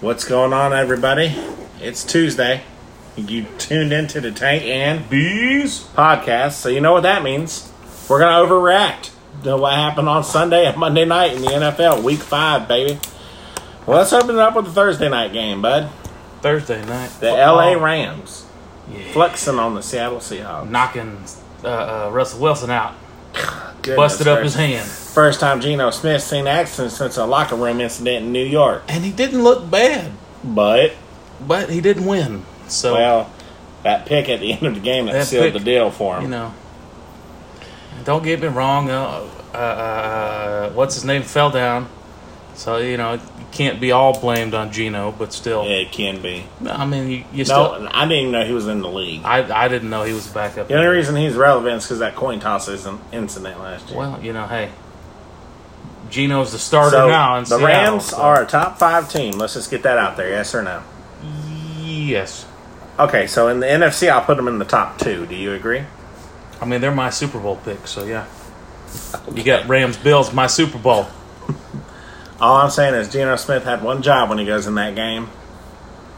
What's going on, everybody? It's Tuesday. You tuned into the Tank and Bees podcast, so you know what that means. We're going to overreact to what happened on Sunday and Monday night in the NFL, week five, baby. Well, let's open it up with the Thursday night game, bud. Thursday night. The LA Rams flexing on the Seattle Seahawks. knocking uh, uh, Russell Wilson out. Goodness Busted up his gracious. hand. First time Geno Smith seen action since a locker room incident in New York. And he didn't look bad, But, but he didn't win. So, well, that pick at the end of the game that, That sealed pick, the deal for him. you know, don't get me wrong. Uh, uh, uh, what's his name fell down. So, you know, you can't be all blamed on Gino, but still. Yeah, it can be. I mean, you, you still. No, I didn't even know he was in the league. I, I didn't know he was a backup. The only reason he's relevant is because that coin toss is an incident last year. Well, you know, hey. Gino's the starter so now. In the Seattle, Rams so- are a top five team. Let's just get that out there. Yes or no? Yes. Okay, so in the NFC, I'll put them in the top two. Do you agree? I mean, they're my Super Bowl pick, so yeah. You got Rams, Bills, my Super Bowl. All I'm saying is Geno Smith had one job when he goes in that game.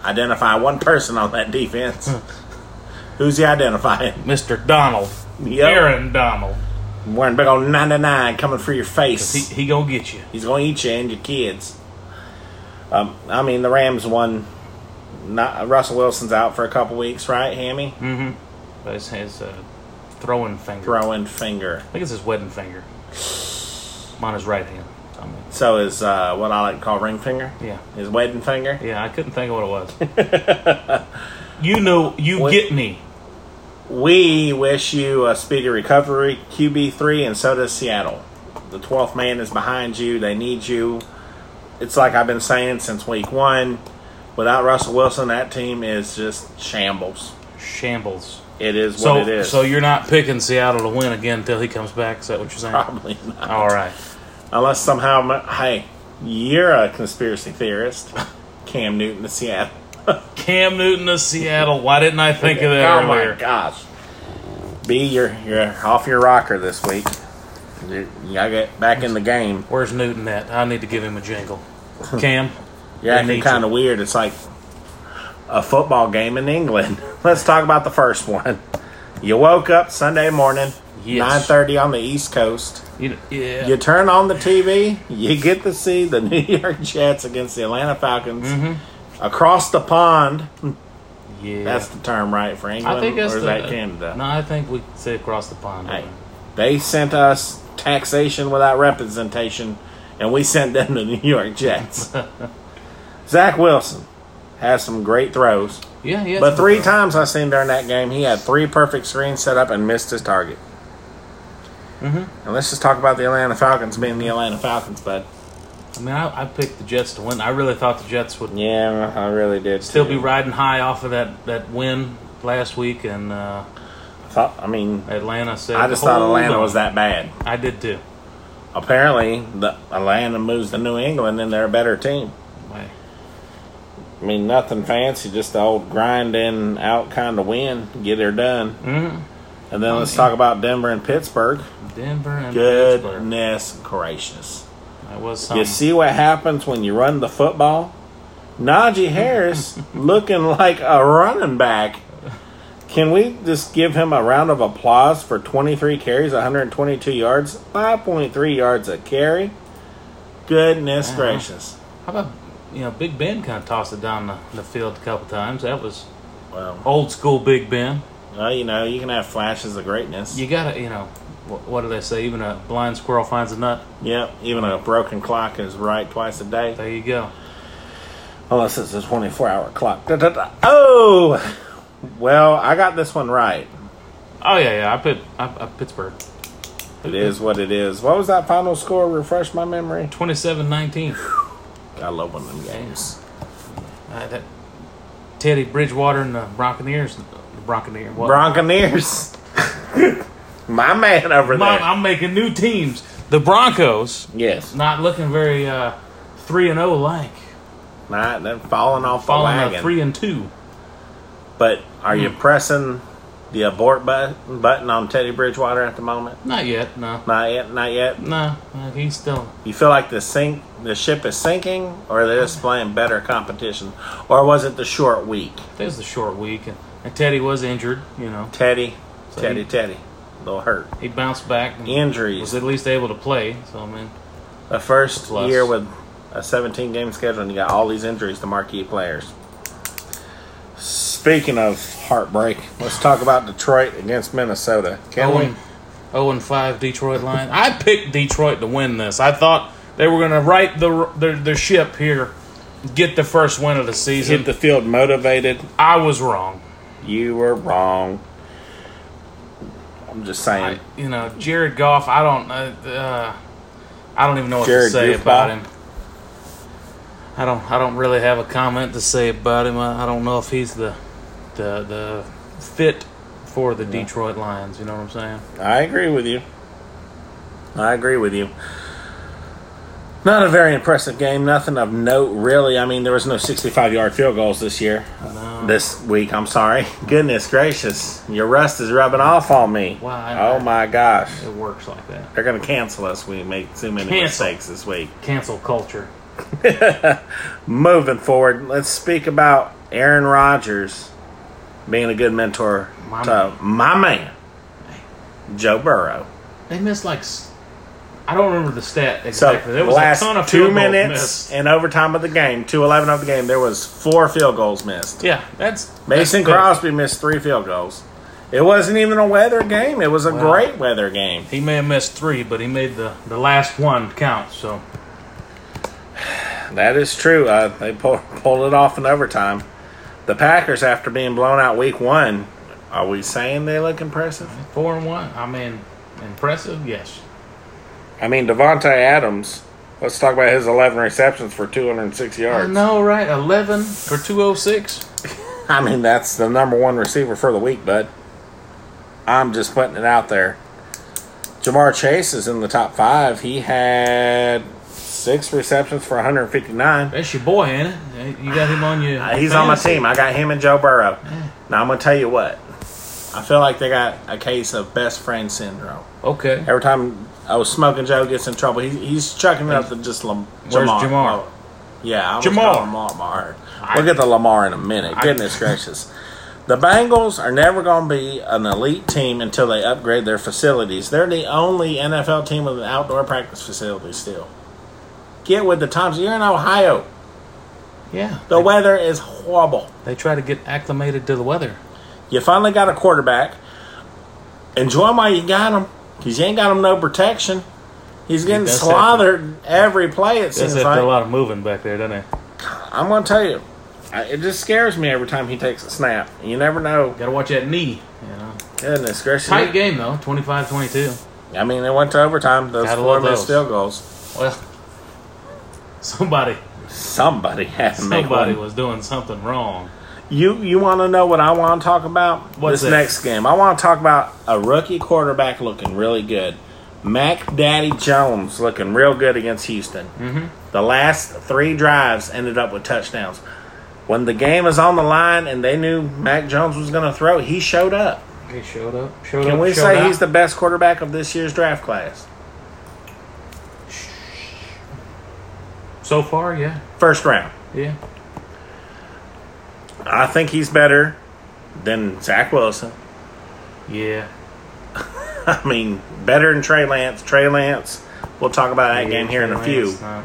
Identify one person on that defense. Who's he identifying? Mr. Donald. Yep. Aaron Donald. Wearing big old 99 coming for your face. He, he gonna get you. He's going to eat you and your kids. Um, I mean, the Rams won. Not Russell Wilson's out for a couple weeks, right? Hammy Hmm. But it's his uh, throwing finger. throwing finger. I think it's his wedding finger. On his right hand. I mean, So is uh, what I like to call ring finger. yeah. His wedding finger. Yeah, I couldn't think of what it was. you know, you What- get me. We wish you a speedy recovery, QB three, and so does Seattle. The twelfth man is behind you. They need you. It's like I've been saying since week one. Without Russell Wilson, that team is just shambles. Shambles. It is what So, it is. so you're not picking Seattle to win again until he comes back. Is that what you're saying? probably not. All right. Unless somehow, my- hey, you're a conspiracy theorist. Cam Newton to Seattle. Cam Newton to Seattle. Why didn't I think of that oh earlier? my gosh. B, you're you're off your rocker this week. You you gotta get back in the game. Where's Newton at? I need to give him a jingle. Cam, You're We acting need you. kind of weird. It's like a football game in England. Let's talk about the first one. You woke up Sunday morning, Yes. nine thirty on the East Coast. you, yeah. You turn on the TV, you get to see the New York Jets against the Atlanta Falcons. Mm-hmm. Across the pond, yeah. That's the term, right, for England? I think it's or is the, that Canada? No, I think we say across the pond. Hey, they sent us taxation without representation, and we sent them to New York Jets. Zach Wilson has some great throws, Yeah, yeah. but three times I seen during that game, he had three perfect screens set up and missed his target. Mm-hmm. And let's just talk about the Atlanta Falcons being the Atlanta Falcons, bud. I mean, I, I picked the Jets to win. I really thought the Jets would Yeah, I really did. still be too. riding high off of that, that win last week, and uh, Thought- I mean, Atlanta said. I just thought "Hold Atlanta on." was that bad. I did too. Apparently, the Atlanta moves to New England, and they're a better team. Hey, I mean, nothing fancy, just the old grind in out kind of win, get her done. Mm-hmm. And then let's talk about Denver and Pittsburgh. Denver and Pittsburgh. Goodness gracious. That was You something. see what happens when you run the football? Najee Harris looking like a running back. Can we just give him a round of applause for 23 carries, 122 yards, 5.3 yards a carry? Goodness gracious. How about you know Big Ben kind of tossed it down the, the field a couple times. That was Well, old school Big Ben. well, you know, you can have flashes of greatness. You gotta, you know, what, what do they say? Even a blind squirrel finds a nut. Yep, even a broken clock is right twice a day. There you go. Unless it's a 24 hour clock. Da, da, da. Oh! Well, I got this one right. Oh yeah, yeah. I put I, I, Pittsburgh It is what it is. What was that final score? Refresh my memory. 27-19. I love one of them games. Uh, that Teddy Bridgewater and the Bronconeers, the Bronconeer. What? Bronconeers. my man over Mom, there. I'm making new teams. The Broncos yes. not looking very uh three and zero like Nah, they're falling off the falling a wagon. three and two. But are you pressing the abort button, button on Teddy Bridgewater at the moment? Not yet, no. Not yet. Not yet. No, no, he's still. You feel like the sink, the ship is sinking, or they're just playing better competition, or was it the short week? There's the short week, and, and Teddy was injured. You know, Teddy, So Teddy, he- Teddy, a little hurt. he bounced back. And was Injuries. at least able to play. So I mean, The first Plus. year with a 17 game schedule, and you got all these injuries to marquee players. Speaking of heartbreak, let's talk about Detroit against Minnesota. Can Owen, Owen oh, five Detroit line. I picked Detroit to win this. I thought they were going to right the their, their ship here, get the first win of the we hit season. the field motivated? I was wrong. You were wrong. I'm just saying. I, you know, Jared Goff. I don't. Uh, uh, I don't even know what Jared to say Goofball. about him. I don't. I don't really have a comment to say about him. I, I don't know if he's the, the the fit for the Detroit Lions. You know what I'm saying? I agree with you. I agree with you. Not a very impressive game. Nothing of note, really. I mean, there was no 65 yard field goals this year. No. This week, I'm sorry. Goodness gracious. Your rust is rubbing off on me. Why? Oh, my gosh. It works like that. They're going to cancel us. We make too many Cancel. mistakes this week. Cancel culture. Moving forward, let's speak about Aaron Rodgers being a good mentor My to my man, Joe Burrow. They missed like. s- I don't remember the stat So exactly. there was last a ton of two field goals minutes missed. in overtime of the game, two eleven of the game, there was four field goals missed. Yeah, that's Mason that's big. Crosby missed three field goals. It wasn't even a weather game. It was a Wow. great weather game. He may have missed three, but he made the the last one count. So That is true. Uh, they pull, pulled it off in overtime. The Packers, after being blown out week one, are we saying they look impressive? four and one. I mean, impressive. Yes. I mean, Devontae Adams. Let's talk about his eleven receptions for two hundred and six I yards. know, right? 11 for 206. I mean, that's the number one receiver for the week, bud. I'm just putting it out there. Jamar Chase is in the top five. He had six receptions for 159. That's your boy, ain't it? You got him on your. Uh, He's on my fantasy. team. I got him and Joe Burrow. Now, I'm going to tell you what. I feel like they got a case of best friend syndrome. Okay. Every time oh, Smoking Joe gets in trouble, he, he's chucking it up to just Lam- Where's Jamar. Jamar? Yeah, I Jamar. Jamar. Lamar. We'll get to Lamar in a minute. Goodness gracious. The Bengals are never going to be an elite team until they upgrade their facilities. They're the only NFL team with an outdoor practice facility still. Get with the times. You're in Ohio. Yeah. The weather is horrible. They try to get acclimated to the weather. You finally got a quarterback. Enjoy him while you got him because you ain't got him no protection. He's getting does have to- slathered every play, it Does seems have like. a lot of moving back there, doesn't it? I'm going to tell you, I- it just scares me every time he takes a snap. You never know. Got to watch that knee. You know. Goodness gracious. Tight game, though 25 22. I mean, they went to overtime. Those Gotta four love missed those. field goals. Well, somebody Somebody had to make somebody one. was doing something wrong. You you want to know what I want to talk about What's this that? next game? I want to talk about a rookie quarterback looking really good. Mac Daddy Jones looking real good against Houston. Mm-hmm. The last three drives ended up with touchdowns. When the game is on the line and they knew Mac Jones was going to throw, he showed up. He showed up. Showed Can up. we showed say out. he's the best quarterback of this year's draft class? So far, yeah. First round. Yeah. I think he's better than Zach Wilson. Yeah. I mean, better than Trey Lance. Trey Lance, we'll talk about that game here in a few. Lance, not-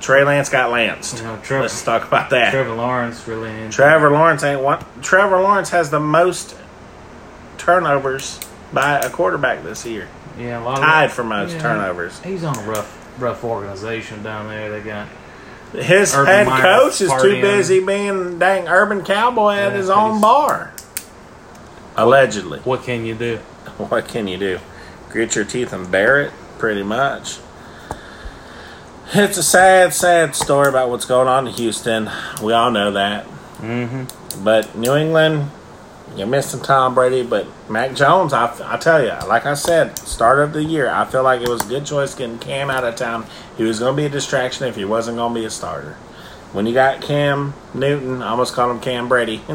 Trey Lance got lanced. You know, Trevor- Let's talk about that. Trevor, Trevor Lawrence really ain't. Lawrence ain't one. Trevor Lawrence has the most turnovers by a quarterback this year, Yeah, a lot of tied for most Oh. Yeah. turnovers. He's on a rough, rough organization down there. They got His Urban head Meyer coach is too partying. busy being dang urban cowboy at Yeah, his but own he's- bar. Allegedly, what can you do? what can you do? Grit your teeth and bear it, pretty much. It's a sad, sad story about what's going on in Houston. We all know that. Mm-hmm. But New England, you're missing Tom Brady, but Mac Jones, I, I tell you, like I said, start of the year, I feel like it was a good choice getting Cam out of town. He was going to be a distraction if he wasn't going to be a starter. When you got Cam Newton, I almost called him Cam Brady.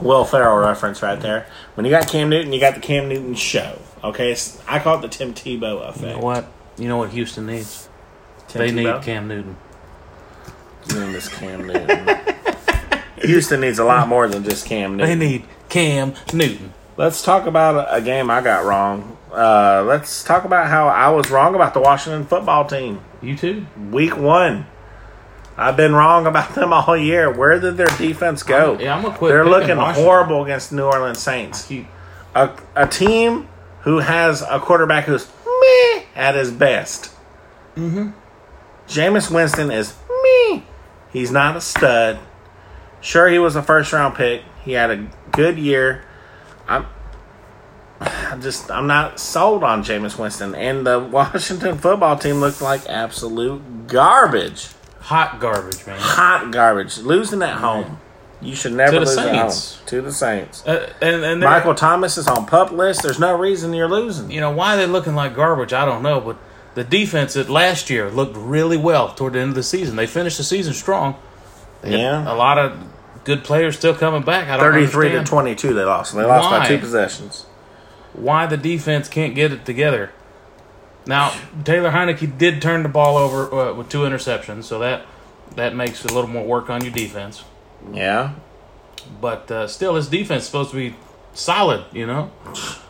Will Ferrell reference right there. When you got Cam Newton, you got the Cam Newton show. Okay, it's, I call it the Tim Tebow effect. You know what? You know what Houston needs? Tim they Tebow? need Cam Newton. You know this Cam Newton. Houston needs a lot more than just Cam They Newton. need Cam Newton. Let's talk about a- a game I got wrong. Uh, let's talk about how I was wrong about the Washington football team. You too? Week one. I've been wrong about them all year. Where did their defense go? Yeah, I'm gonna quit. They're picking looking Washington. horrible against New Orleans Saints. Keep- A, a team who has a quarterback who's meh at his best. Mm-hmm. Jameis Winston is meh. He's not a stud. Sure, he was a first round pick. He had a good year. I'm, I just I'm not sold on Jameis Winston, and the Washington football team looked like absolute garbage, Hot garbage, man. hot garbage. Losing at home, you should never To the lose at Saints. home to the Saints. Uh, and and they're- Michael Thomas is on pup list. There's no reason you're losing. you know why they're looking like garbage i don't know but the defense that last year looked really well toward the end of the season they finished the season strong a Yeah, lot of good players still coming back i don't thirty-three to understand twenty-two, they lost. They lost by Why? two possessions. why the defense can't get it together now taylor Heineke did turn the ball over uh, with two interceptions so that that makes a little more work on your defense Yeah, but uh, still his defense is supposed to be solid you know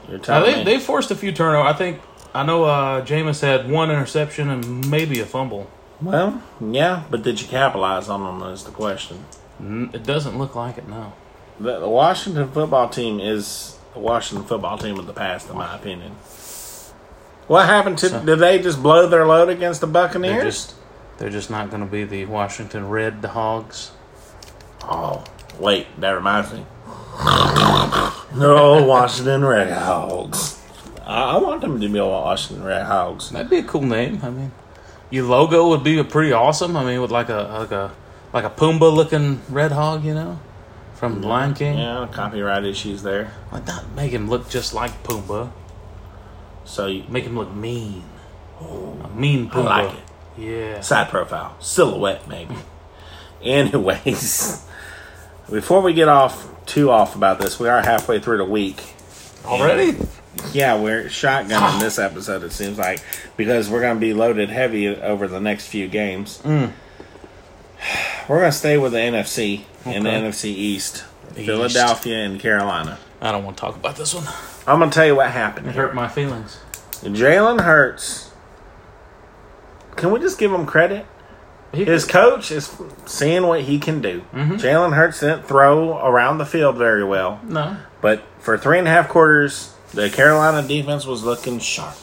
you're now, telling they, me. they forced a few turnovers i think i know uh, Jameis had one interception and maybe a fumble well, yeah, but did you capitalize on them? Is the question. N- It doesn't look like it now. The, the Washington football team is the Washington football team of the past, in my opinion. What happened to? Did they just blow their load against the They're Buccaneers? just they're just not going to be the Washington Red Hogs. oh, wait, that reminds me. no Washington Red Hogs. I, I want them to be Washington Red Hogs. That'd be a cool name. I mean, your logo would be pretty awesome. I mean, with like a like a like a Pumbaa looking red hog, you know, from Lion King. Yeah, copyright issues there. Why not make him look just like Pumbaa? So you Make him look mean. A mean Pumbaa. like it. Yeah. side profile, silhouette maybe. Anyways, before we get off too off about this, we are halfway through the week. Already? Yeah, we're shotgunning this episode. It seems like because we're going to be loaded heavy over the next few games. We're going to stay with the NFC and the Okay. NFC East, Philadelphia and Carolina. I don't want to talk about this one. I'm going to tell you what happened. It hurt my feelings. Jalen Hurts. Can we just give him credit? He- Mm-hmm. His coach is seeing what he can do. Jalen Hurts didn't throw around the field very well, no. but for three and a half quarters, the Carolina defense was looking sharp.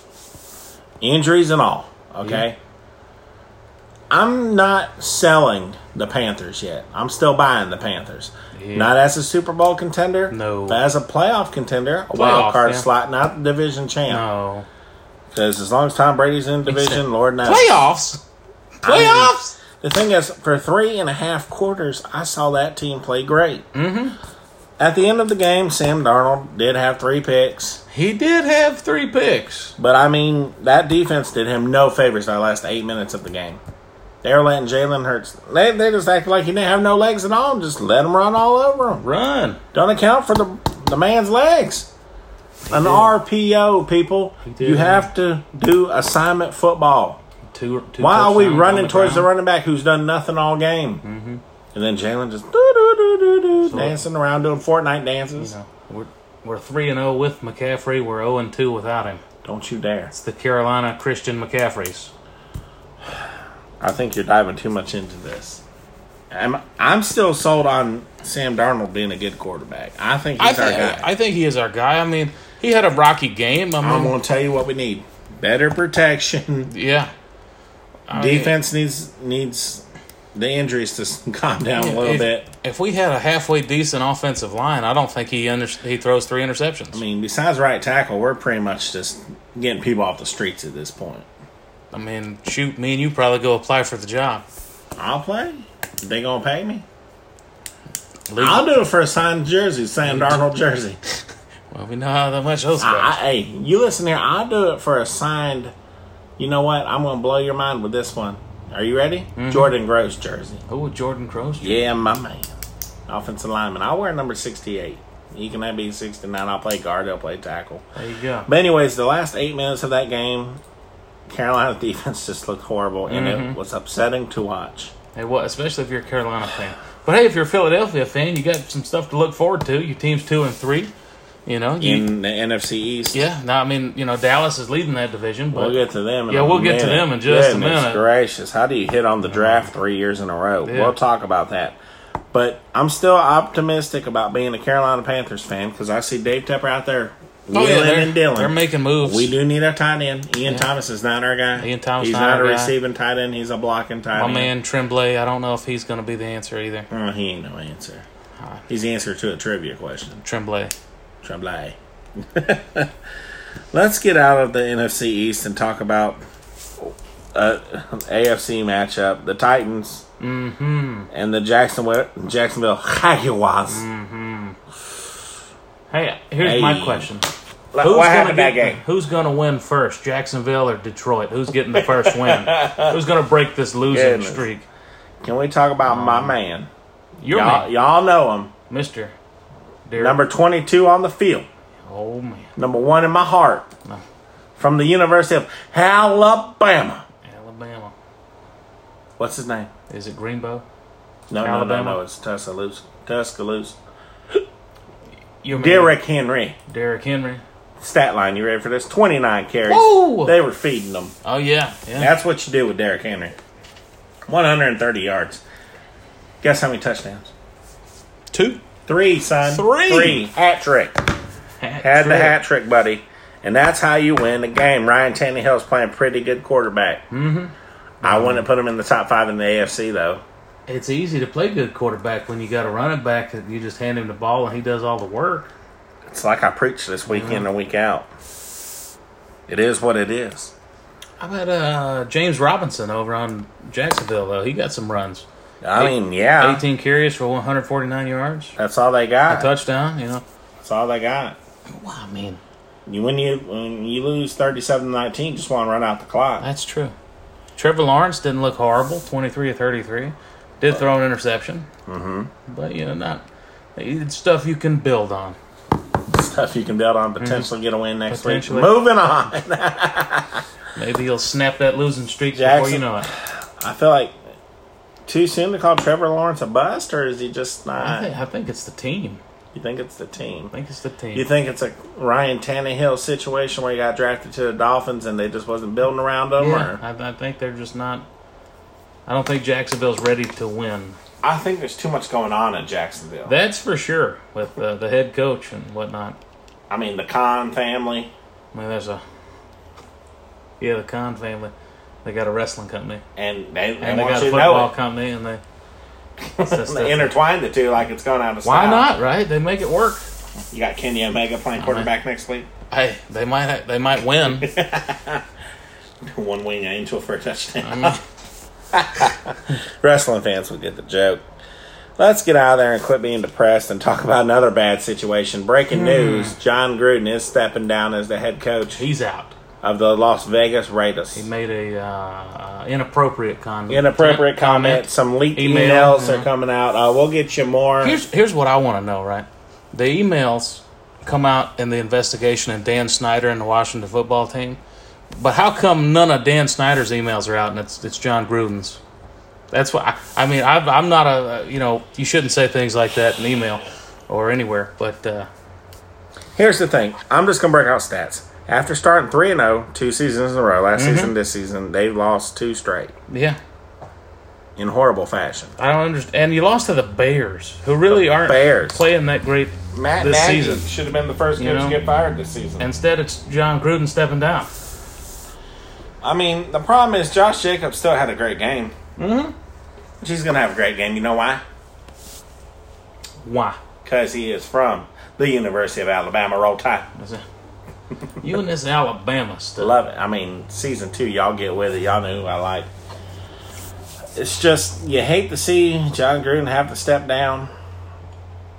Injuries and all. Okay. I'm not selling the Panthers yet. I'm still buying the Panthers. Yeah. Not as a Super Bowl contender, No. but as a playoff contender, a wild Playoff, card yeah. slot, not the division champ. No. Because as long as Tom Brady's in division, Lord knows. Playoffs. Playoffs. The thing is, for three and a half quarters, I saw that team play great. Mm-hmm. At the end of the game, Sam Darnold did have three picks, He did have three picks. but I mean that defense did him no favors the last eight minutes of the game. They were letting Jalen Hurts. They, they just acted like he didn't have no legs at all. and Just let him run all over him. Run. Don't account for the the man's legs. An RPO, people. did. You have to do assignment football. Two, two Why are we touchdowns on running the towards the ground. running back who's done nothing all game? Mm-hmm. And then Jalen just do do do do do dancing around doing Fortnite dances. No, we're we're three and zero with McCaffrey. We're zero and two without him. Don't you dare! It's the Carolina Christian McCaffreys. I think you're diving too much into this. I'm I'm still sold on Sam Darnold being a good quarterback. I think I he's our think guy. I think he is our guy. I mean, he had a rocky game. I I, am mean, going to tell you what we need: better protection. yeah. I mean, Defense needs needs the injuries to s- calm down a little if, bit. If we had a halfway decent offensive line, I don't think he under, he throws three interceptions. I I mean, mean, besides right tackle, we're pretty much just getting people off the streets at this point. shoot, me and you probably go apply for the job. I'll play. They gonna pay me? Leave- I'll do it for a signed jersey, Sam Darnold jersey. well, we know how much those I, I, guys. hey, you listen here. I'll do it for a signed. You know what? I'm gonna blow your mind with this one. Are you ready? Jordan Gross jersey. Oh, Jordan Cross. Yeah, my man. I offensive lineman. I'll wear number 68. He can have be 69. I'll play guard. I'll play tackle. There you go. But anyways, the last eight minutes of that game, Carolina defense just looked horrible, and it was upsetting to watch. Hey, what? Especially if you're a Carolina fan. But hey, if you're a Philadelphia fan, you got some stuff to look forward to. Your team's two and three. You know, you, In the NFC East, yeah. No, I mean, you know, Dallas is leading that division, but we'll get to them. In Yeah, a we'll get to minute. them in just a Goodness minute. Gracious, how do you hit on the draft three years in a row? Yeah. We'll talk about that. But I'm still optimistic about being a Carolina Panthers fan because I see Dave Tepper out there Oh, wheeling yeah, they're, and dealing. they're making moves. We do need a tight end. Ian Thomas is not our guy. Ian Thomas He's not not, our a guy. receiving tight end. He's a blocking tight My end. man Tremblay, I don't know if he's going to be the answer either. Oh, he ain't no answer. He's the answer to a trivia question. Tremblay. Tremblay. Let's get out of the NFC East and talk about uh, AFC matchup: the Titans and the Jacksonville Jacksonville Jaguars. Hey, here's my Hey. question. Like, Who's what gonna happened that get- game? Who's going to win first, Jacksonville or Detroit? Who's getting the first win? Who's going to break this losing Goodness. streak? Can we talk about my man? Your y'all, man, y'all know him. Mister. Derek. Number twenty-two on the field. Oh man, Number one in my heart. No. From the University of Alabama. Alabama. What's his name? Is it Greenbow? No, no, Alabama. no, no. It's Tuscaloosa. Tuscaloosa. Your man, Derrick Henry. Derrick Henry. Stat line. You ready for this? 29 carries. Whoa! They were feeding them. Oh yeah, yeah. That's what you do with Derrick Henry. 130 yards. Guess how many touchdowns? Two. Three, son. Three. Three. Hat trick. Had the hat trick, buddy. And that's how you win the game. Ryan Tannehill's playing pretty good quarterback. Mm-hmm. I wouldn't put him in the top five in the AFC, though. It's easy to play good quarterback when you got a running back that you just hand him the ball and he does all the work. It's like I preach this week in and week out. It is what it is. How about uh, James Robinson over on Jacksonville though? He got some runs. I Eight- mean, yeah, 18 carries for 149 yards, that's all they a got. touchdown. You know, That's all they got. well, I mean, You when you when you lose 37-19, just want to run out the clock. that's true. Trevor Lawrence didn't look horrible, 23 of 33. Did throw an interception, mm-hmm. but you know, not it's stuff you can build on. Stuff you can build on. Potentially get a win next week. Mm-hmm. Potentially. Moving on. Maybe he'll snap that losing streak before Jackson. you know it. I feel like too soon to call Trevor Lawrence a bust, or is he just I not? think, I think it's the team. You think it's the team? I think it's the team. You think it's a Ryan Tannehill situation where he got drafted to the Dolphins and they just wasn't building around him? Yeah, Or? I, I think they're just not. I don't think Jacksonville's ready to win. I think there's too much going on in Jacksonville. That's for sure with uh, the head coach and whatnot. I mean, the Khan family. I mean, there's a yeah, the Khan family. They got a wrestling company And they, they and they want got you a to know football it. company, and they. it's just- They intertwine the two like it's going out of why style. not? Right? They make it work. You got Kenny Omega playing Uh-huh. quarterback next week. Hey, they might ha- they might win. One wing angel for a touchdown. I mean, Wrestling fans will get the joke. Let's get out of there and quit being depressed and talk about another bad situation. Breaking Hmm. news John Gruden is stepping down as the head coach he's out. of the Las Vegas Raiders. He made a uh, inappropriate comment. Inappropriate comment. Some leaked Email. emails are Mhm. coming out. Uh, we'll get you more. Here's here's what I want to know, right? The emails come out in the investigation of Dan Snyder and the Washington football team, but how come none of Dan Snyder's emails are out and it's it's John Gruden's? That's why I, I mean I've, I'm not a uh, you know you shouldn't say things like that in email or anywhere, but uh, Here's the thing. I'm just gonna break out stats. After starting three and zero two seasons in a row, last Mm-hmm. season, this season, they've lost two straight yeah, in horrible fashion. I don't understand. And you lost to the Bears, who really aren't Bears. playing that great Matt this Nagy season. should have been the first You coach know? to get fired this season. Instead, it's John Gruden stepping down. I mean, the problem is Josh Jacobs still had a great game. Mm-hmm. She's gonna have a great game. You know why? Why? Because he is from the University of Alabama. Roll Tide. Is it- You and this Alabama stuff. Love it. I mean, season two, y'all get with it. Y'all know who I like. It's just you hate to see John Gruden have to step down,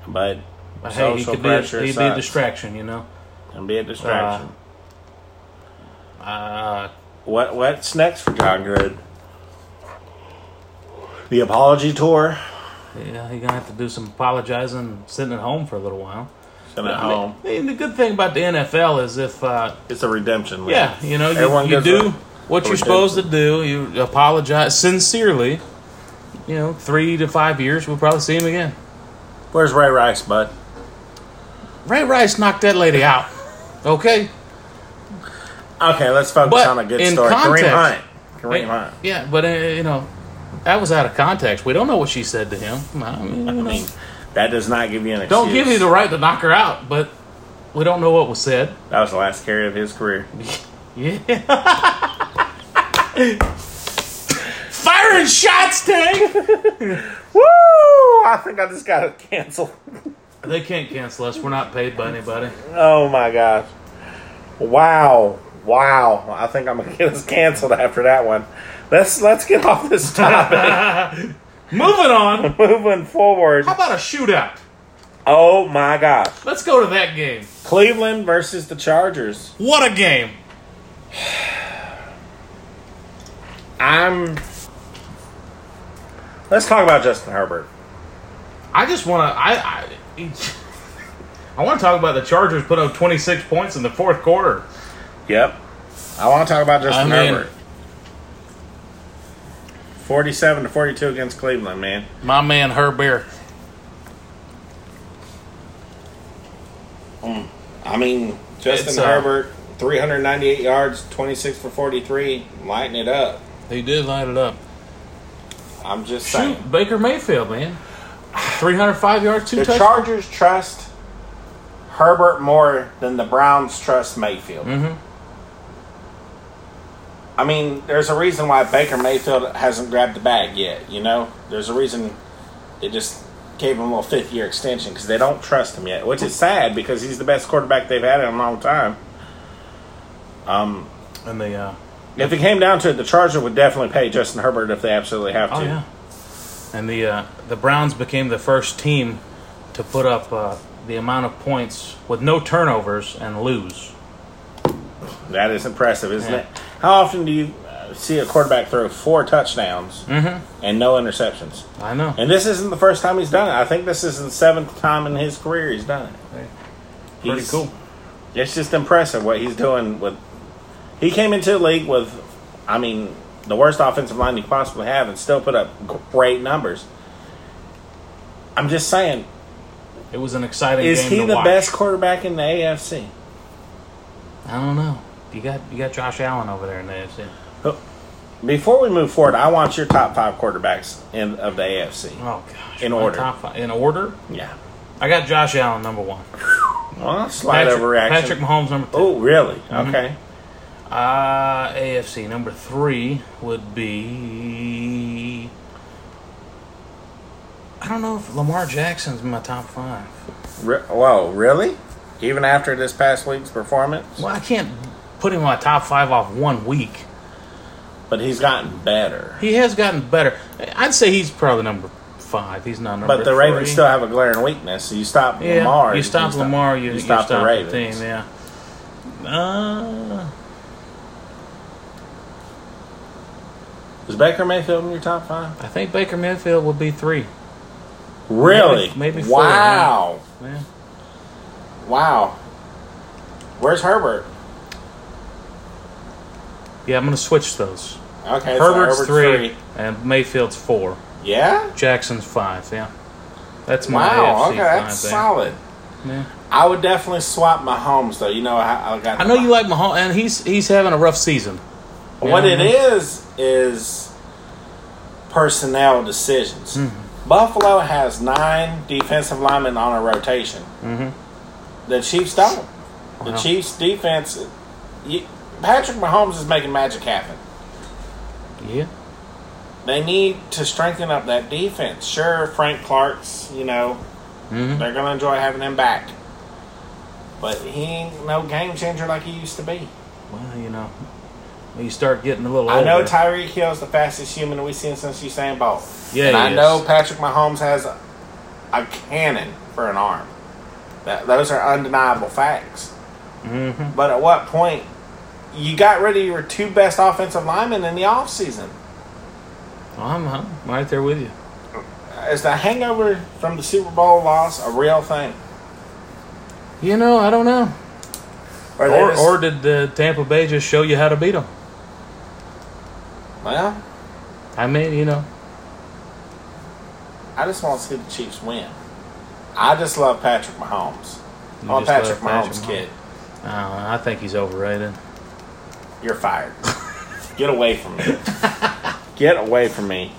but But hey, he Social could be, pressure he'd be a sucks. distraction, you know. and be a distraction. Uh, What what's next for John Good? The apology tour. Yeah, he's gonna have to do some apologizing, sitting at home for a little while. Sitting at home. I mean, the good thing about the NFL is if, uh, It's a redemption. league. yeah, you know, Everyone you, you gets do a- what a you're supposed to do. You apologize sincerely. You know, three to five years, we'll probably see him again. Where's Ray Rice, bud? Ray Rice knocked that lady out. Okay, Okay, let's focus But on a good in story. context- Kareem Hunt. Kareem Hunt. Yeah, but uh, you know, that was out of context. We don't know what she said to him. I mean, you I know, mean, that does not give you an excuse. don't give you the right to knock her out, but we don't know what was said. That was the last carry of his career. Yeah. Firing shots, Tang! Woo! I think I just got it canceled. They can't cancel us. We're not paid by anybody. Oh my gosh. Wow. Wow. I think I'm gonna get us canceled after that one. Let's let's get off this topic. Moving on. Moving forward. How about a shootout? Oh my gosh. Let's go to that game. Cleveland versus the Chargers. What a game! I'm Let's talk about Justin Herbert. I just want to. I. I I want to talk about the Chargers put up 26 points in the fourth quarter. Yep. I want to talk about Justin I mean- Herbert. 47 to 42 against Cleveland, man. My man Herbert. I mean, It's, Justin uh, Herbert, 398 yards, 26 for 43, lighting it up. He did light it up. I'm just saying. Shoot, Baker Mayfield, man. 305 yards, two The touchdowns. Chargers trust Herbert more than the Browns trust Mayfield. Mhm. I mean, there's a reason why Baker Mayfield hasn't grabbed the bag yet. You know, there's a reason they just gave him a little fifth year extension because they don't trust him yet, which is sad because he's the best quarterback they've had in a long time. and the, uh, If it came down to it, the Chargers would definitely pay Justin Herbert if they absolutely have to. oh yeah, and the uh, the Browns became the first team to put up uh, the amount of points with no turnovers and lose. That is impressive, isn't Yeah. it? How often do you uh, see a quarterback throw four touchdowns Mm-hmm. and no interceptions? I know. And this isn't the first time he's done it. I think this is the seventh time in his career he's done it. Pretty He's- cool. It's just impressive what he's doing with. He came into the league with, I mean, the worst offensive line you could possibly have, and still put up great numbers. I'm just saying, It was an exciting is game he to the watch. best quarterback in the AFC? I don't know. You got you got Josh Allen over there in the AFC. Before we move forward, I want your top five quarterbacks in of the AFC. Oh gosh. In My order. top five- in order, Yeah. I got Josh Allen number one. Well, slight overreaction. Patrick Mm-hmm. Mahomes number two. Oh, really? Okay. Uh, AFC number three would be. I don't know if Lamar Jackson's in my top five. Re- whoa, really? Even after this past week's performance? Well, I can't put him in my top five off one week. But he's gotten better. He has gotten better. I'd say he's probably number five. He's not number. But the Ravens three. still have a glaring weakness. So you stop yeah. Lamar. You stop Lamar. You, you stop, the, Ravens. team. Yeah. Uh, Is Baker Mayfield in your top five? I think Baker Mayfield would be three. Really? maybe four, Wow. Yeah. Wow. Where's Herbert? Yeah, I'm gonna switch those. Okay, Herbert's so Herbert's three, and Mayfield's four. Yeah? Jackson's five. Yeah, that's my Wow, AFC okay, five that's there. solid. Yeah. I would definitely swap Mahomes, though. You know, I, I got. I know you like Mahomes, and he's he's having a rough season. What Yeah. it is is personnel decisions. Buffalo has nine defensive linemen on a rotation. The Chiefs don't. The Wow. Chiefs defense. You, Patrick Mahomes is making magic happen. Yeah, They need to strengthen up that defense. Sure, Frank Clark's. You know, Mhm. they're gonna enjoy having him back. But he ain't no game changer like he used to be. well, you know, you start getting a little. I know older. Tyreek Hill is the fastest human we've seen since Usain Bolt. Yeah, and he I is. know Patrick Mahomes has a, a cannon for an arm. That, those are undeniable facts. Mhm. But at what point you got rid of your two best offensive linemen in the offseason? Well, I'm, I'm right there with you. Uh, is the hangover from the Super Bowl loss a real thing? You know, I don't know. Or, they Or, just- or did the Tampa Bay just show you how to beat them? well, I mean, you know, I just want to see the Chiefs win. I just love Patrick Mahomes. You I'm a just Patrick love Mahomes Patrick kid. I, don't know, Uh, I think he's overrated. You're fired. Get away from me. Get away from me.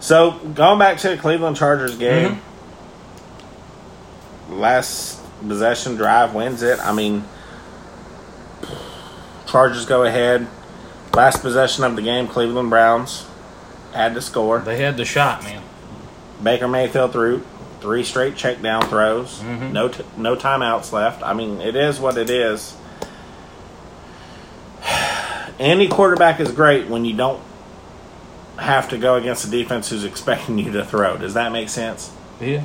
So, going back to the Cleveland Chargers game, last possession drive wins it. I mean, Chargers go ahead. Last possession of the game, Cleveland Browns had to score. They had the shot, man. Baker Mayfield threw three straight check down throws. No t- no timeouts left. I mean, it is what it is. Any quarterback is great when you don't have to go against a defense who's expecting you to throw. Does that make sense? Yeah.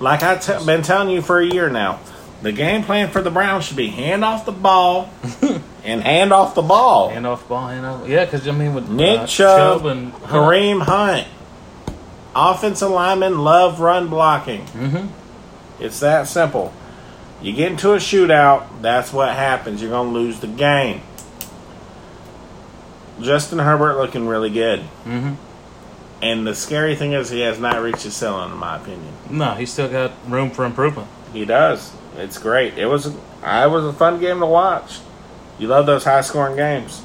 Like I've t- been telling you for a year now, the game plan for the Browns should be hand off the ball and hand off the ball. Hand off ball, hand off. Yeah, because I mean with Nick uh, Chubb, Chubb and Kareem Hunt. Offensive linemen love run blocking. Mm-hmm. It's that simple. You get into a shootout, that's what happens. You're going to lose the game. Justin Herbert looking really good. Mm-hmm. And the scary thing is, he has not reached his ceiling, in my opinion. No, he's still got room for improvement. He does. It's great. It was. I was a fun game to watch. You love those high scoring games.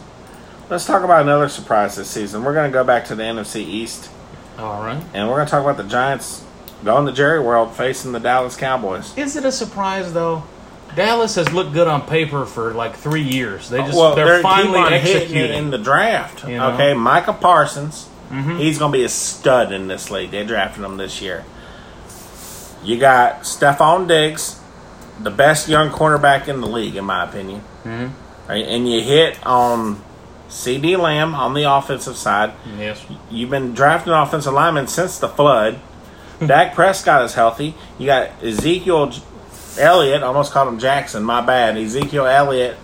Let's talk about another surprise this season. We're going to go back to the NFC East, All right. and we're going to talk about the Giants going to Jerry World facing the Dallas Cowboys. Is it a surprise though? Dallas has looked good on paper for like three years. They just well, they're, they're, keep finally on hitting it executing. in the draft. You know? Mm-hmm. Okay, Micah Parsons. He's going to be a stud in this league. They drafted him this year. You got Stephon Diggs, the best young cornerback in the league, in my opinion. Mm-hmm. Right, and you hit on CD Lamb on the offensive side. yes. You've been drafting offensive linemen since the flood. Hmm. Dak Prescott is healthy. You got Ezekiel J- Elliott, almost called him Jackson, my bad. Ezekiel Elliott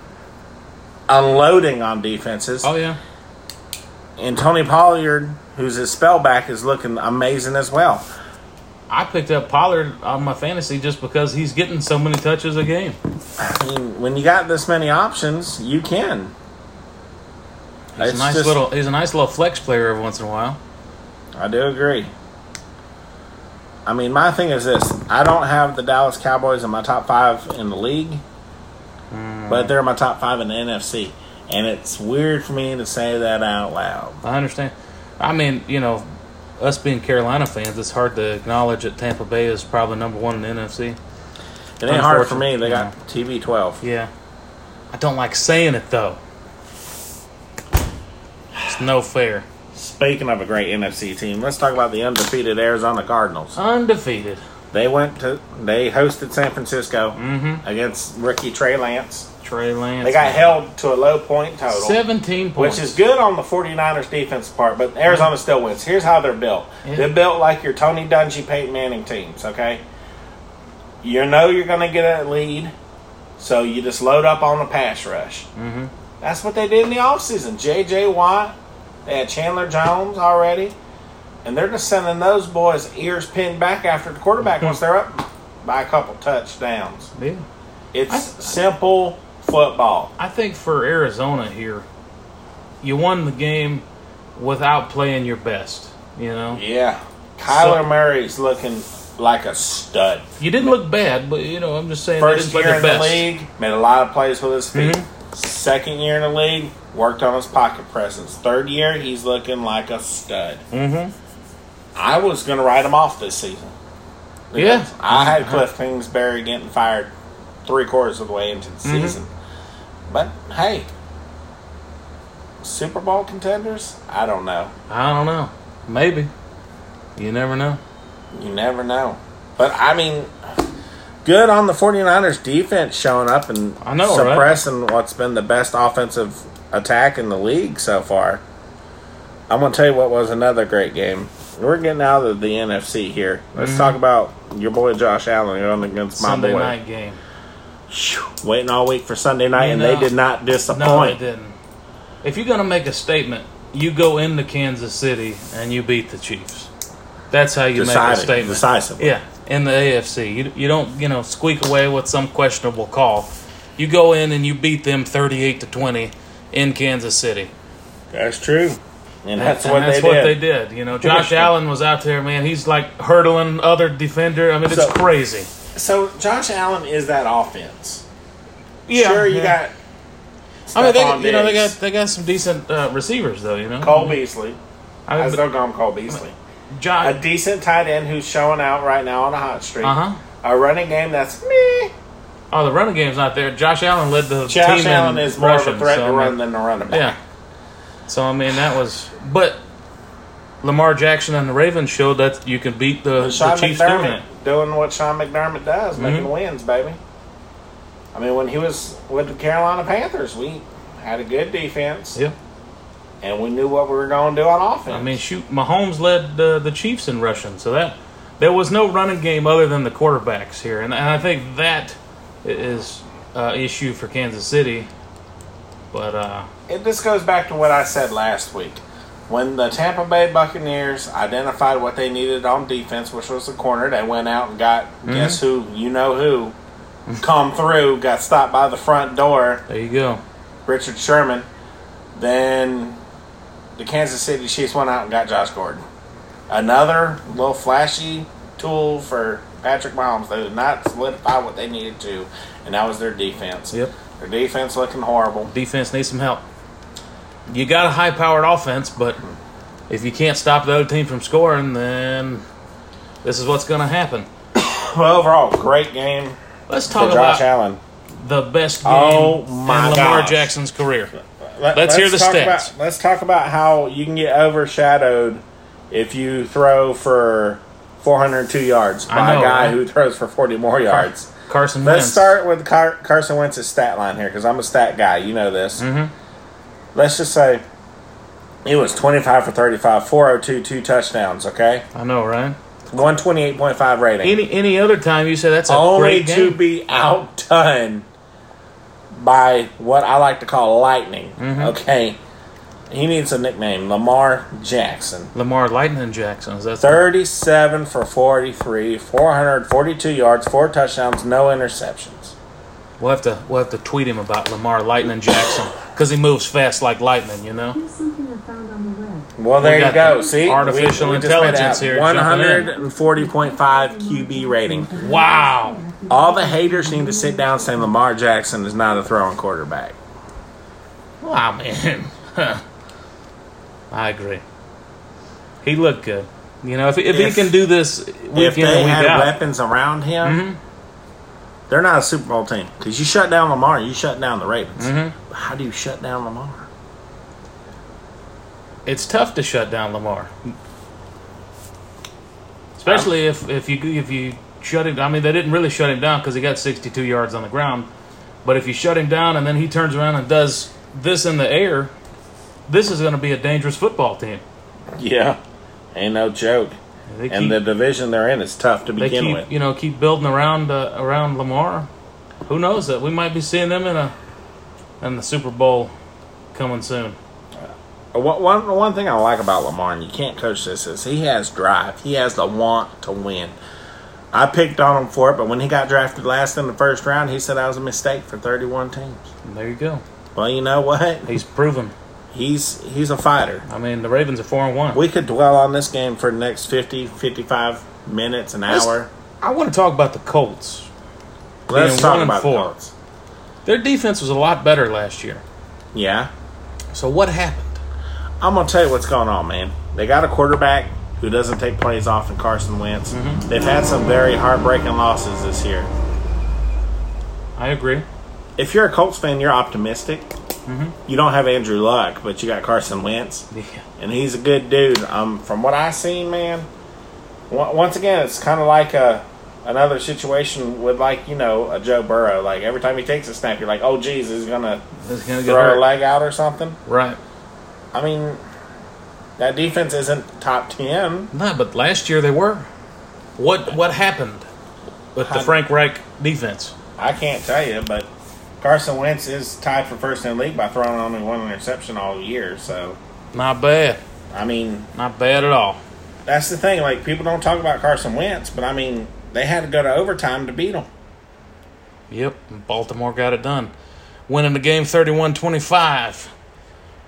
unloading on defenses. Oh yeah. And Tony Pollard, who's his spellback, is looking amazing as well. I picked up Pollard on my fantasy just because he's getting so many touches a game. I mean, when you got this many options, you can. He's It's a nice just- little. He's a nice little flex player every once in a while. I do agree. I mean, my thing is this: I don't have the Dallas Cowboys in my top five in the league, but they're in my top five in the NFC, and it's weird for me to say that out loud. I understand. I mean, you know, us being Carolina fans, it's hard to acknowledge that Tampa Bay is probably number one in the NFC. It ain't hard for me. They got TB twelve. Yeah. I don't like saying it though. It's no fair. Speaking of a great NFC team, let's talk about the undefeated Arizona Cardinals. Undefeated. They went to they hosted San Francisco against rookie Trey Lance. Trey Lance. They got held to a low point total. seventeen points. Which is good on the 49ers defense part, but Arizona still wins. Here's how they're built. Yeah. They're built like your Tony Dungy, Peyton Manning teams, okay? You know you're going to get a lead, so you just load up on the pass rush. Mm-hmm. That's what they did in the offseason. J.J. Watt, they had Chandler Jones already, and they're just sending those boys ears pinned back after the quarterback once they're up by a couple touchdowns. Yeah. It's I- simple football. I think for Arizona here, you won the game without playing your best. You know, Yeah. Kyler So- Murray's looking like a stud. you didn't look bad, but you know, I'm just saying First they year in didn't play their the best. Mm-hmm. league, made a lot of plays with his feet. Second year in the league, worked on his pocket presence. Third year, he's looking like a stud. Mm-hmm. I was going to write him off this season. Yeah. I Uh-huh. had Cliff Kingsbury getting fired three quarters of the way into the Mm-hmm. season. But hey, Super Bowl contenders? I don't know. I don't know. Maybe. You never know. You never know. But I mean, good on the 49ers defense showing up and I know, right? suppressing what's been the best offensive attack in the league so far. I'm going to tell you what was another great game. We're getting out of the NFC here. Let's talk about your boy Josh Allen going against my Mm-hmm. Sunday boy. night game. Phew, Waiting all week for Sunday night, You and know, they did not No, it disappoint. didn't. If you're gonna make a statement, you go into Kansas City and you beat the Chiefs. That's how you make a Decided- statement. decisively. Yeah, in the AFC, you you don't you know squeak away with some questionable call. You go in and you beat them thirty-eight to twenty in Kansas City. That's true. And that's And what, that's they, what did. they did. You know, Josh Allen was out there, man. He's like hurdling other defender. I mean, it's So- crazy. So Josh Allen is that offense. Yeah, sure, you yeah. got. I mean, Stephon they, you know, they got Diggs, they got some decent uh, receivers though. You know, Cole Beasley. I I mean, still call him Cole Beasley. but A Josh. decent tight end who's showing out right now on a hot streak. Uh huh. A running game that's meh. Oh, the running game's not there. Josh Allen led the team Josh in Allen is more rushing, of a threat so, I to mean, run than a running back. Yeah. So I mean that was, but Lamar Jackson and the Ravens showed that you can beat the, the Sean Chiefs doing Mm-hmm. McDermott it. doing what Sean McDermott does, making wins, baby. I mean, when he was with the Carolina Panthers, we had a good defense, Yeah. and we knew what we were going to do on offense. I mean, shoot, Mahomes led the, the Chiefs in rushing, so that there was no running game other than the quarterbacks here, and, and I think that i- is uh, issue for Kansas City. But uh, it just goes back to what I said last week. When the Tampa Bay Buccaneers identified what they needed on defense, which was the corner, they went out and got guess who, you know who, come through, got stopped by the front door, there you go. Richard Sherman. Then the Kansas City Chiefs went out and got Josh Gordon. Another little flashy tool for Patrick Mahomes. They did not solidify what they needed to, and that was their defense. Yep. Their defense looking horrible. Defense needs some help. You got a high powered offense, but if you can't stop the other team from scoring, then this is what's going to happen. Well, overall, great game Let's talk for Josh about Allen. the best game Oh in my Lamar gosh. Jacksons's career. Let, Let's hear the talk stats. About, let's talk about how you can get overshadowed if you throw for 402 yards by know, a guy right? who throws for 40 more yards. Carson Let's Wentz. start with Car- Carson Wentz's stat line here because I'm a stat guy. You know this. Mm-hmm. Let's just say it was 25 for 35, 402, two touchdowns. Okay, I know, right? 128.5 rating. Any any other time you say that's a Only great to game. be outdone by what I like to call lightning. Mm-hmm. Okay, he needs a nickname, Lamar Jackson. Lamar Lightning Jackson. That's 37 for 43, 442 yards, four touchdowns, no interceptions. we'll have to we'll have to tweet him about Lamar Lightning Jackson because he moves fast like lightning. You know. Here's something I found on the web. Well, there got you go. the See, artificial just intelligence made here a jumping in. 140.5 QB rating. Wow. All the haters need to sit down saying Lamar Jackson is not a throwing quarterback. Wow, Oh, man. Huh. I agree. He looked good. You know, if if, If- he can do this week in If they and week had out, weapons around him, Mm-hmm. they're not a Super Bowl team. Because you shut down Lamar, you shut down the Ravens. Mm-hmm. But how do you shut down Lamar? it's tough to shut down Lamar, especially if if you if you shut him. I mean, they didn't really shut him down because he got 62 yards on the ground. But if you shut him down and then he turns around and does this in the air, this is going to be a dangerous football team. Yeah, ain't no joke. They keep, And the division they're in is tough to they begin keep with. you know keep building around uh, around Lamar. Who knows that we might be seeing them in a in the Super Bowl coming soon. Uh, One, one, one thing I like about Lamar, and you can't coach this, is he has drive. He has the want to win. I picked on him for it, but when he got drafted last in the first round, he said that was a mistake for 31 teams. And there you go. Well, you know what? He's proven. He's he's a fighter. I mean, the Ravens are four and one. We could dwell on this game for the next 50, 55 minutes, an Let's- hour. I want to talk about the Colts. Let's being talk one and about four. Colts. Their defense was a lot better last year. Yeah. So what happened? I'm going to tell you what's going on, man. They got a quarterback who doesn't take plays off in Carson Wentz. Mm-hmm. They've had some very heartbreaking losses this year. I agree. If you're a Colts fan, you're optimistic. You don't have Andrew Luck, but you got Carson Wentz. Mm-hmm. Yeah. and he's a good dude. Um, from what I seen, man. on- Once again, it's kind of like a another situation with like you know a Joe Burrow. Like every time he takes a snap, you're like, oh geez, he's gonna That's gonna get throw a hurt. leg out or something. right. I mean, that defense isn't top ten. No, but last year they were. What what happened with the I- Frank Reich defense? I can't tell you, but Carson Wentz is tied for first in the league by throwing only one interception all year. So Not bad. I mean, Not bad at all. that's the thing. Like people don't talk about Carson Wentz, but I mean they had to go to overtime to beat him. Yep, Baltimore got it done. Winning the game 31-25.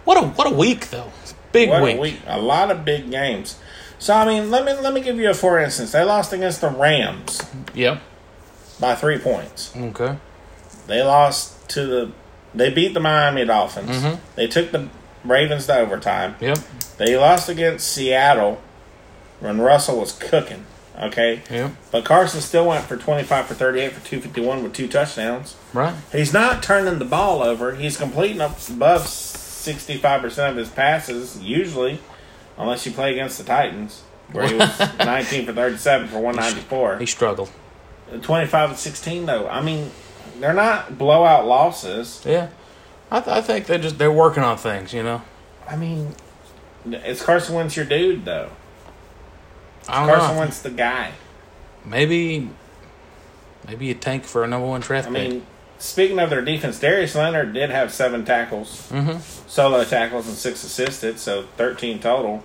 What a what a week though. Big What week. a week! A lot of big games. So I mean, let me let me give you a for instance. They lost against the Rams Yep. by three points. Okay. They lost to the. They beat the Miami Dolphins. They took the Ravens to overtime. Yep. They lost against Seattle when Russell was cooking. Okay. Yep. But Carson still went for 25 for 38 for 251 with two touchdowns. Right. He's not turning the ball over. He's completing up above 65% of his passes, usually, unless you play against the Titans, where he was 19 for 37 for 194. He struggled. 25 and 16, though. I mean, they're not blowout losses. Yeah. I, th- I think they just they're working on things, you know. I mean, it's Carson Wentz your dude, though. I don't Carson know. Wentz the guy. Maybe maybe you tank for a number one draft I mean, speaking of their defense, Darius Leonard did have seven tackles, Mm-hmm. solo tackles, and six assisted, so 13 total.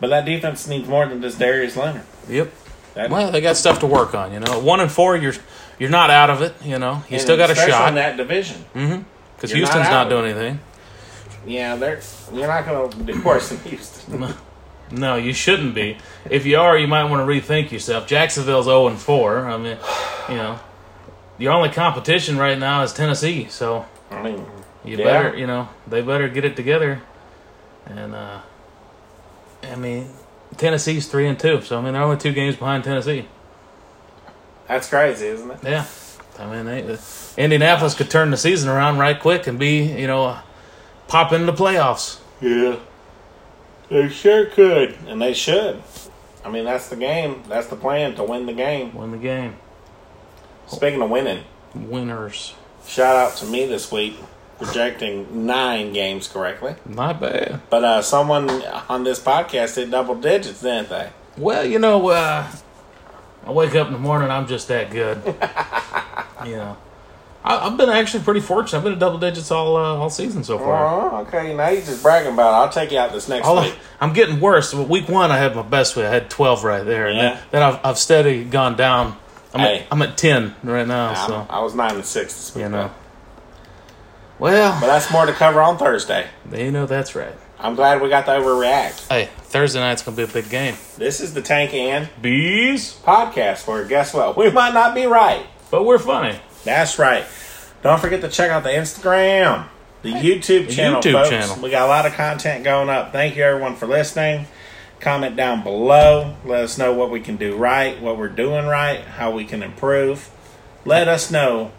But that defense needs more than just Darius Leonard. pick. Yep. That, Well, they got stuff to work on, you know. One and four, you're you're not out of it, you know. You still got a especially in shot Mm-hmm. that division. you're because not Houston's out of not it. doing anything. Yeah, they're you're not going to do worse than Houston. No, you shouldn't be. If you are, you might want to rethink yourself. Jacksonville's 0 and 4. I mean, you know, your only competition right now is Tennessee, so I mean, you Yeah. better, you know, they better get it together. And uh I mean, Tennessee's 3 and 2, so I mean, they're only two games behind Tennessee. that's crazy, isn't it? Yeah. I mean, they, uh, Indianapolis could turn the season around right quick and be, you know, uh, pop into the playoffs. Yeah. They sure could. And they should. I mean, that's the game. That's the plan to win the game. Win the game. Speaking of winning, Winners. shout out to me this week projecting nine games correctly. Not bad. But uh, someone on this podcast did double digits, didn't they? Well, you know, uh, I wake up in the morning, I'm just that good. you know, I, I've been actually pretty fortunate. I've been in double digits all uh, all season so far. Oh, okay. Now you're just bragging about it. I'll take you out this next All week. I, I'm getting worse. Well, Week one, I had my best week. I had 12 right there. And Yeah. then, then I've, I've steadily gone down. I'm, Hey. at, I'm at 10 right now. I'm- so, I was nine and six this week. you know. though. But Well, that's more to cover on Thursday. you know, that's right. I'm glad we got to overreact. Hey, Thursday night's going to be a big game. This is the Tank and Bees? podcast where guess what? We might not be right. But we're funny. That's right. Don't forget to check out the Instagram, the YouTube channel, YouTube folks. channel. We got a lot of content going up. Thank you everyone for listening. Comment down below. Let us know what we can do right, what we're doing right, how we can improve. Let us know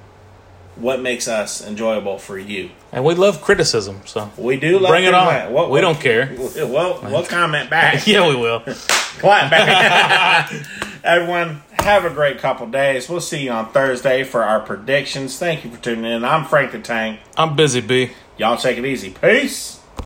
what makes us enjoyable for you. And we love criticism, so. We do love Bring it doing on. that. What- we what- don't care. Well, we'll comment back. Yeah, we will. Clap back. Everyone, have a great couple days. We'll see you on Thursday for our predictions. Thank you for tuning in. I'm Frank the Tank. I'm busy, B. Y'all take it easy. Peace.